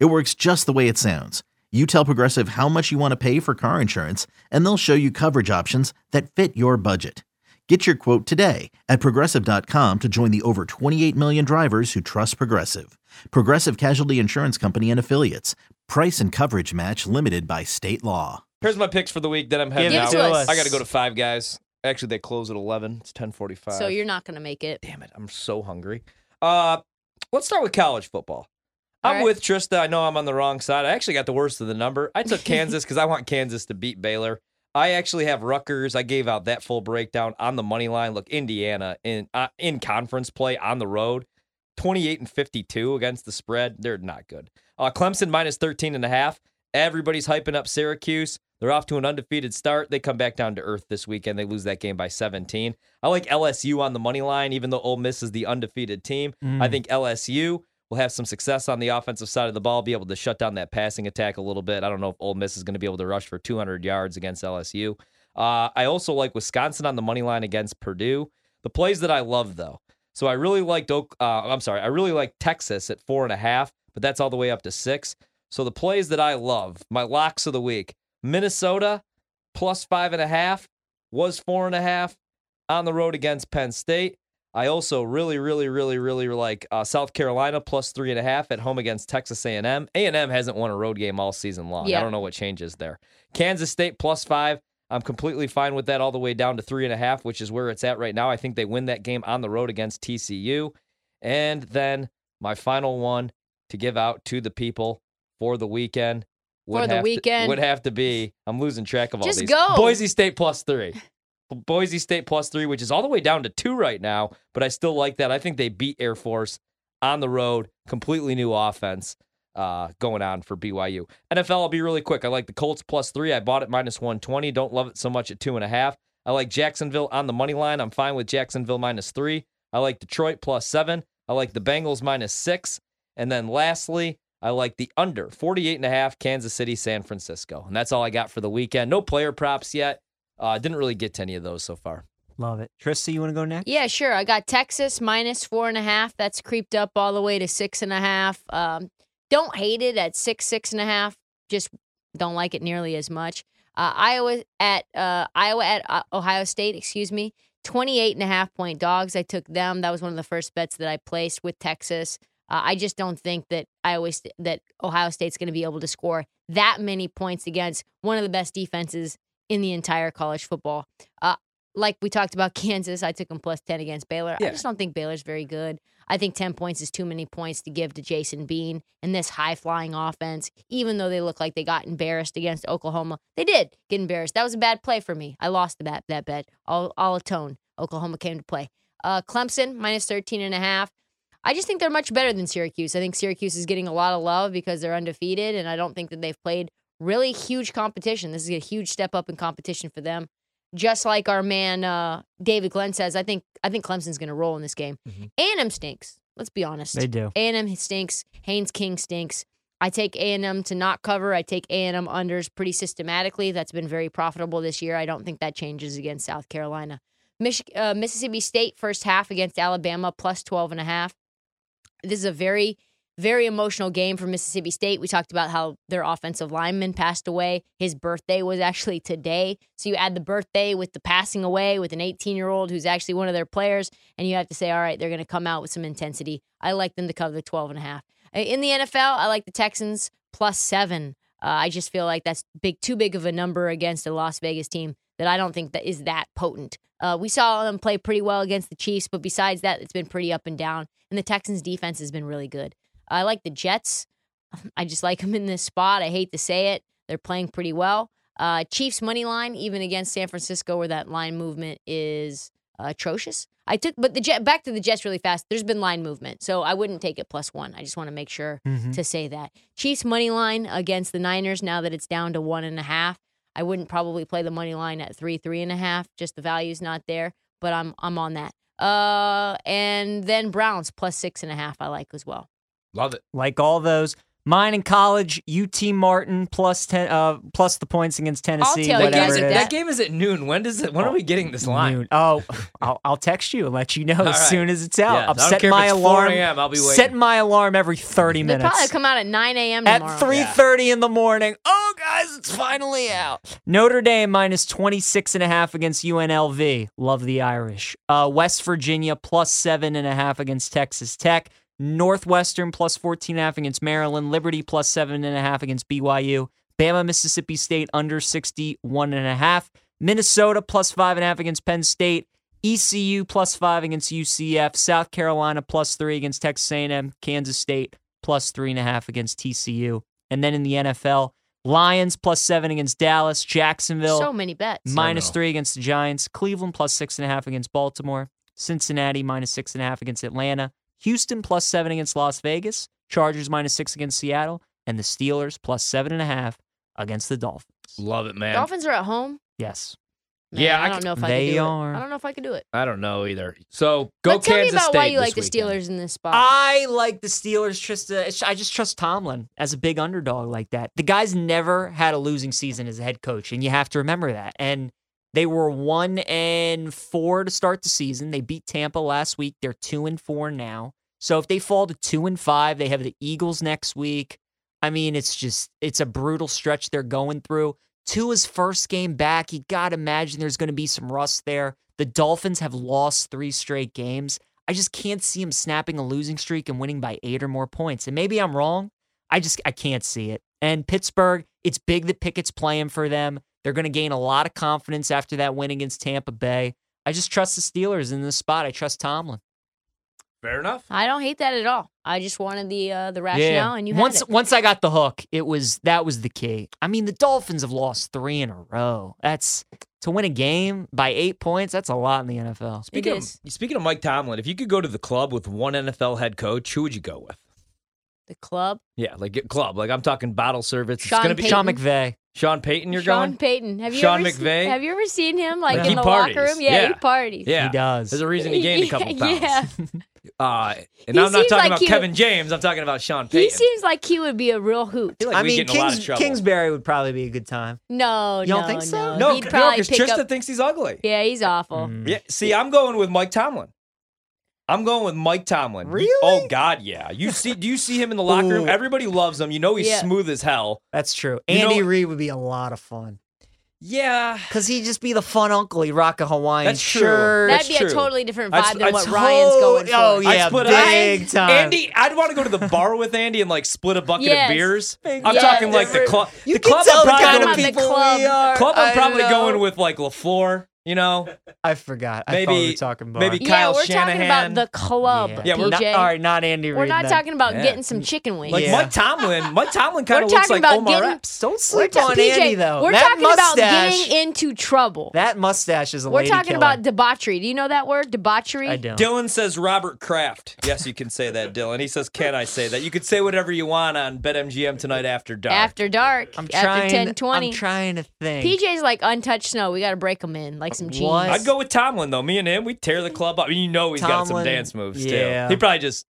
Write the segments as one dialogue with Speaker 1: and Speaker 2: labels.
Speaker 1: It works just the way it sounds. You tell Progressive how much you want to pay for car insurance, and they'll show you coverage options that fit your budget. Get your quote today at progressive.com to join the over 28 million drivers who trust Progressive. Progressive Casualty Insurance Company and Affiliates. Price and coverage match limited by state law.
Speaker 2: Here's my picks for the week that I'm
Speaker 3: Give
Speaker 2: heading
Speaker 3: it
Speaker 2: out.
Speaker 3: to us.
Speaker 2: I got to go to Five Guys. Actually, they close at 11. It's 10:45.
Speaker 3: So you're not going to make it.
Speaker 2: Damn it! I'm so hungry. Uh, let's start with college football.
Speaker 3: All
Speaker 2: I'm
Speaker 3: right.
Speaker 2: with Trista. I know I'm on the wrong side. I actually got the worst of the number. I took Kansas because I want Kansas to beat Baylor. I actually have Rutgers. I gave out that full breakdown on the money line. Look, Indiana in uh, in conference play on the road, 28 and 52 against the spread. They're not good. Uh, Clemson minus 13 and a half. Everybody's hyping up Syracuse. They're off to an undefeated start. They come back down to earth this weekend. They lose that game by 17. I like LSU on the money line, even though Ole Miss is the undefeated team.
Speaker 1: Mm.
Speaker 2: I think LSU will have some success on the offensive side of the ball, be able to shut down that passing attack a little bit. I don't know if Ole Miss is going to be able to rush for 200 yards against LSU. Uh, I also like Wisconsin on the money line against Purdue. The plays that I love, though. So I really liked Oak. Uh, I'm sorry, I really like Texas at four and a half, but that's all the way up to six. So the plays that I love, my locks of the week, Minnesota plus five and a half was four and a half on the road against Penn State. I also really, really, really, really like uh, South Carolina plus three and a half at home against Texas A&M. A&M hasn't won a road game all season long.
Speaker 3: Yeah.
Speaker 2: I don't know what changes there. Kansas State plus five. I'm completely fine with that all the way down to three and a half, which is where it's at right now. I think they win that game on the road against TCU. And then my final one to give out to the people for the weekend would
Speaker 3: For the
Speaker 2: have to-
Speaker 3: weekend.
Speaker 2: would have to be. I'm losing track of all
Speaker 3: Just
Speaker 2: these.
Speaker 3: go.
Speaker 2: Boise State plus three. Boise State plus three, which is all the way down to two right now, but I still like that. I think they beat Air Force on the road, completely new offense uh, going on for BYU. NFL, I'll be really quick. I like the Colts plus three. I bought it minus 120. Don't love it so much at two and a half. I like Jacksonville on the money line. I'm fine with Jacksonville minus three. I like Detroit plus seven. I like the Bengals minus six. And then lastly, I like the under 48 and a half Kansas City, San Francisco. And that's all I got for the weekend. No player props yet. Uh, didn't really get to any of those so far.
Speaker 4: Love it. Trista, you want to go next?
Speaker 3: Yeah, sure. I got Texas minus four and a half. That's creeped up all the way to six and a half. Um, don't hate it at six, six and a half. Just don't like it nearly as much. Uh, Iowa at uh, Iowa at uh, Ohio State, excuse me, 28 and a half point dogs. I took them. That was one of the first bets that I placed with Texas. Uh, I just don't think that Iowa St- that Ohio State's going to be able to score that many points against one of the best defenses in the entire college football. Uh, like we talked about Kansas, I took them plus 10 against Baylor. I
Speaker 2: Yeah.
Speaker 3: just don't think Baylor's very good. I think 10 points is too many points to give to Jason Bean and this high flying offense, even though they look like they got embarrassed against Oklahoma. They did get embarrassed. That was a bad play for me. I lost the bet, that bet. I'll, I'll atone. Oklahoma came to play. Uh, Clemson, minus 13 and a half. I just think they're much better than Syracuse. I think Syracuse is getting a lot of love because they're undefeated, and I don't think that they've played really huge competition. This is a huge step up in competition for them. Just like our man uh, David Glenn says, I think I think Clemson's going to roll in this game.
Speaker 2: Mhm.
Speaker 3: A&M stinks. Let's be honest.
Speaker 4: They do.
Speaker 3: A&M stinks. Haynes King stinks. I take A&M to not cover. I take A&M unders pretty systematically. That's been very profitable this year. I don't think that changes against South Carolina. Mich- uh, Mississippi State first half against Alabama plus 12 and a half. This is a very very emotional game for Mississippi State. We talked about how their offensive lineman passed away. His birthday was actually today. So you add the birthday with the passing away with an 18 year old who's actually one of their players, and you have to say, all right, they're going to come out with some intensity. I like them to cover the 12 and a half. Uh, In the NFL, I like the Texans plus seven. Uh, I just feel like that's big, too big of a number against a Las Vegas team that I don't think that is that potent. Uh, we saw them play pretty well against the Chiefs, but besides that, it's been pretty up and down. And the Texans' defense has been really good. I like the Jets. I just like them in this spot. I hate to say it. They're playing pretty well. Uh, Chiefs money line, even against San Francisco, where that line movement is atrocious. I took, but the jet back to the Jets really fast. There's been line movement, so I wouldn't take it plus one. I just want to make sure
Speaker 4: Mhm.
Speaker 3: to say that Chiefs money line against the Niners. Now that it's down to one and a half, I wouldn't probably play the money line at three, three and a half. Just the value's not there, but I'm I'm on that. Uh, and then Browns plus six and a half. I like as well.
Speaker 2: Love it.
Speaker 4: Like all those. Mine in college, UT Martin plus ten, uh, plus the points against Tennessee.
Speaker 3: tell you
Speaker 4: whatever
Speaker 3: guys
Speaker 4: it
Speaker 3: that-
Speaker 4: is.
Speaker 3: that-
Speaker 5: That game is at noon. When does it? When are we getting this line?
Speaker 4: Noon. Oh, I'll, I'll text you and let you know
Speaker 5: All
Speaker 4: as
Speaker 5: right.
Speaker 4: soon as it's out.
Speaker 5: Yeah, I
Speaker 4: I'm
Speaker 5: don't
Speaker 4: setting
Speaker 5: care if
Speaker 4: my
Speaker 5: it's 4
Speaker 4: alarm.
Speaker 5: a.m., I'll be
Speaker 4: Setting
Speaker 5: waiting.
Speaker 4: my alarm every 30
Speaker 3: They probably
Speaker 4: minutes.
Speaker 3: come out at nine a.m.
Speaker 4: At
Speaker 3: tomorrow.
Speaker 4: 3:30 in the morning. Oh guys, it's finally out. Notre Dame minus 26 and a half against UNLV. Love the Irish. Uh, West Virginia plus seven and a half against Texas Tech. Northwestern plus 14 and a half against Maryland. Liberty plus seven and a half against BYU. Bama, Mississippi State under 61 and a half. Minnesota plus five and a half against Penn State. ECU E plus five against UCF. South Carolina plus three against Texas A&M. Kansas State plus three and a half against TCU. And then in the NFL, Lions plus seven against Dallas. Jacksonville
Speaker 3: So many bets.
Speaker 4: minus
Speaker 2: no.
Speaker 4: three against the Giants. Cleveland plus six and a half against Baltimore. Cincinnati minus six and a half against Atlanta. Houston plus seven against Las Vegas. Chargers minus six against Seattle. And the Steelers plus seven and a half against the Dolphins.
Speaker 2: Love it, man.
Speaker 3: Dolphins are at home.
Speaker 4: Yes.
Speaker 3: Man,
Speaker 2: Yeah,
Speaker 3: I,
Speaker 2: I
Speaker 3: don't
Speaker 2: c-
Speaker 3: know if I
Speaker 4: they
Speaker 3: could do
Speaker 4: are.
Speaker 3: it. I don't know if I could do it.
Speaker 2: I don't know either. So go
Speaker 3: but tell
Speaker 2: Kansas
Speaker 3: me about
Speaker 2: State
Speaker 3: why you like the
Speaker 2: this weekend. Ah.
Speaker 3: Steelers in this spot.
Speaker 4: I like the Steelers. Just uh, it's- I just trust Tomlin as a big underdog like that. The guy's never had a losing season as a head coach, and you have to remember that. And they were one and four to start the season. They beat Tampa last week. They're two and four now. So if they fall to two and five, they have the Eagles next week. I mean, it's just it's a brutal stretch they're going through. To his first game back, you gotta imagine there's gonna be some rust there. The Dolphins have lost three straight games. I just can't see him snapping a losing streak and winning by eight or more points. And maybe I'm wrong. I just I can't see it. And Pittsburgh, it's big that Pickett's playing for them. They're going to gain a lot of confidence after that win against Tampa Bay. I just trust the Steelers in this spot. I trust Tomlin.
Speaker 2: Fair enough.
Speaker 3: I don't hate that at all. I just wanted the uh, the rationale, and you had
Speaker 4: once
Speaker 3: it.
Speaker 4: once I got the hook, it was that was the key. I mean, the Dolphins have lost three in a row. That's to win a game by eight points. That's a lot in the NFL.
Speaker 2: Speaking of,
Speaker 3: is.
Speaker 2: speaking of Mike Tomlin, if you could go to the club with one NFL head coach, who would you go with?
Speaker 3: the club.
Speaker 2: Yeah, like get club. Like I'm talking bottle service.
Speaker 3: Sean
Speaker 2: it's gonna be
Speaker 3: Payton.
Speaker 4: Sean McVay.
Speaker 2: Sean Payton. You're
Speaker 3: Sean
Speaker 2: going.
Speaker 3: Payton. Have you
Speaker 2: Sean
Speaker 3: ever seen-
Speaker 2: McVay?
Speaker 3: have you ever seen him like
Speaker 2: He
Speaker 3: in the locker
Speaker 2: parties.
Speaker 3: room? Yeah, he
Speaker 2: Yeah.
Speaker 3: parties.
Speaker 2: Yeah,
Speaker 4: He does.
Speaker 2: There's a reason he gained a couple pounds.
Speaker 3: Yeah,
Speaker 2: Uh, and
Speaker 3: He
Speaker 2: I'm not talking
Speaker 3: seems like
Speaker 2: about
Speaker 3: he would-
Speaker 2: Kevin James. I'm talking about Sean Payton.
Speaker 3: he seems like he would be a real hoot.
Speaker 2: I feel like
Speaker 4: I
Speaker 2: we'd
Speaker 4: mean,
Speaker 2: get in a lot of
Speaker 4: Kings,
Speaker 2: trouble.
Speaker 4: Kingsbury would probably be a good time.
Speaker 3: No,
Speaker 4: You don't
Speaker 3: no,
Speaker 4: think
Speaker 3: No,
Speaker 4: so?
Speaker 2: no,
Speaker 3: he'd probably
Speaker 2: because
Speaker 3: pick
Speaker 2: Trista
Speaker 3: up.
Speaker 2: thinks he's ugly.
Speaker 3: yeah, he's awful.
Speaker 4: Mm.
Speaker 2: Yeah. See, I'm going with Mike Tomlin. I'm going with Mike Tomlin. You-
Speaker 4: Really?
Speaker 2: oh God, yeah. You see, do you see him in the locker room?
Speaker 4: Ooh.
Speaker 2: Everybody loves him. You know he's
Speaker 3: Yeah.
Speaker 2: smooth as hell.
Speaker 4: That's true.
Speaker 2: You
Speaker 4: Andy
Speaker 2: know-
Speaker 4: Reid would be a lot of fun
Speaker 2: Yeah.
Speaker 4: because he'd just be the fun uncle. He'd rock a Hawaiian
Speaker 2: That's true.
Speaker 4: shirt.
Speaker 3: That'd
Speaker 2: That's
Speaker 3: be a
Speaker 2: true.
Speaker 3: totally different
Speaker 2: I-
Speaker 3: vibe than
Speaker 2: I
Speaker 3: what
Speaker 2: to-
Speaker 3: Ryan's going for.
Speaker 4: Oh
Speaker 2: I
Speaker 4: yeah,
Speaker 2: split-
Speaker 4: big
Speaker 3: I-
Speaker 4: time.
Speaker 2: Andy, I'd want to go to the bar with Andy and like split a bucket
Speaker 3: Yes.
Speaker 2: of beers. I'm
Speaker 4: Yeah,
Speaker 2: talking like the
Speaker 4: different-
Speaker 2: club.
Speaker 4: you
Speaker 2: the
Speaker 4: can
Speaker 2: club
Speaker 4: tell
Speaker 2: I'm
Speaker 4: the
Speaker 2: probably
Speaker 4: kind
Speaker 2: going
Speaker 4: of
Speaker 3: I'm
Speaker 2: with-
Speaker 3: at the
Speaker 4: people
Speaker 3: club.
Speaker 4: we are.
Speaker 2: Club I'm
Speaker 4: I
Speaker 2: probably
Speaker 4: know.
Speaker 2: going with like LaFleur, you know?
Speaker 4: I forgot. I
Speaker 2: Maybe-
Speaker 4: thought we were talking bar.
Speaker 2: maybe-
Speaker 3: yeah,
Speaker 2: Kyle
Speaker 3: we're talking
Speaker 2: Shanahan.
Speaker 3: about the club.
Speaker 4: yeah,
Speaker 2: Yeah,
Speaker 3: PJ.
Speaker 2: we're-
Speaker 4: not, all right, not Andy Reid.
Speaker 3: We're not
Speaker 4: then.
Speaker 3: talking about
Speaker 2: Yeah.
Speaker 3: getting some chicken wings.
Speaker 2: Like
Speaker 4: Yeah.
Speaker 2: Mike Tomlin. Mike Tomlin kind
Speaker 3: We're
Speaker 2: of
Speaker 3: talking
Speaker 2: looks like
Speaker 3: about
Speaker 2: Omar
Speaker 3: getting-
Speaker 2: Epps.
Speaker 4: Don't
Speaker 3: We're
Speaker 4: sleep
Speaker 3: ta-
Speaker 4: on
Speaker 3: PJ,
Speaker 4: Andy though.
Speaker 3: We're
Speaker 4: that
Speaker 3: talking about
Speaker 4: mustache,
Speaker 3: getting into trouble.
Speaker 4: That mustache is a
Speaker 3: We're
Speaker 4: lady
Speaker 3: talking
Speaker 4: killer.
Speaker 3: about debauchery. Do you know that word? Debauchery?
Speaker 4: I don't.
Speaker 2: Dylan says Robert Kraft. Yes, you can say that, Dylan. He says, "Can I say that?" You could say whatever you want on BetMGM tonight after dark.
Speaker 3: After dark.
Speaker 4: I'm
Speaker 3: after
Speaker 4: trying.
Speaker 3: ten twenty.
Speaker 4: I'm trying to think.
Speaker 3: PJ's like untouched snow. We got to break him in, like some jeans.
Speaker 4: What?
Speaker 2: I'd go with Tomlin though. Me and him, we tear the club up. I mean, you know he's got some
Speaker 4: Tomlin,
Speaker 2: dance moves
Speaker 4: yeah.
Speaker 2: too. He probably just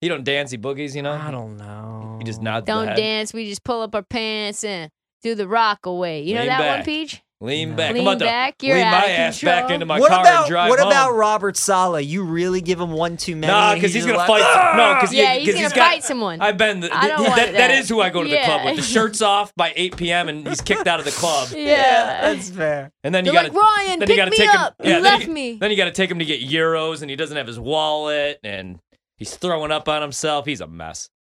Speaker 2: he don't dance, he boogies. You know,
Speaker 4: I don't know.
Speaker 2: he just nods.
Speaker 3: Don't
Speaker 2: the head.
Speaker 3: dance. We just pull up our pants and do the rock away. You know
Speaker 2: Lean
Speaker 3: that one,
Speaker 2: back.
Speaker 3: Peach?
Speaker 2: Lean
Speaker 4: No.
Speaker 2: back.
Speaker 3: Lean
Speaker 2: I'm about to
Speaker 3: back, you're
Speaker 2: lean
Speaker 3: out
Speaker 2: my
Speaker 3: of
Speaker 2: ass
Speaker 3: control.
Speaker 2: back into my
Speaker 4: what
Speaker 2: car
Speaker 4: about
Speaker 2: and drive
Speaker 4: what
Speaker 2: home.
Speaker 4: about Robert Sala? You really give him one too many.
Speaker 2: Nah,
Speaker 4: and
Speaker 2: because he's
Speaker 4: just
Speaker 2: gonna
Speaker 4: like, "Ah!"
Speaker 2: fight. No, because
Speaker 3: Yeah,
Speaker 2: he,
Speaker 3: he's
Speaker 2: has
Speaker 3: gonna
Speaker 2: got,
Speaker 3: fight someone.
Speaker 2: I've been. The,
Speaker 3: I don't
Speaker 2: th-
Speaker 3: want
Speaker 2: that- that
Speaker 3: that.
Speaker 2: is who I go to the club with. The
Speaker 3: Yeah.
Speaker 2: shirts off by 8 p.m. and he's kicked out of the club.
Speaker 3: Yeah.
Speaker 4: That's fair.
Speaker 2: And then you
Speaker 3: They're
Speaker 2: got
Speaker 3: like, "Ryan,
Speaker 2: then
Speaker 3: pick
Speaker 2: you gotta
Speaker 3: me
Speaker 2: take
Speaker 3: up.
Speaker 2: Him,
Speaker 3: You
Speaker 2: yeah, then
Speaker 3: left
Speaker 2: you-
Speaker 3: me."
Speaker 2: Then you got to take him to get euros, and he doesn't have his wallet, and he's throwing up on himself. He's a mess.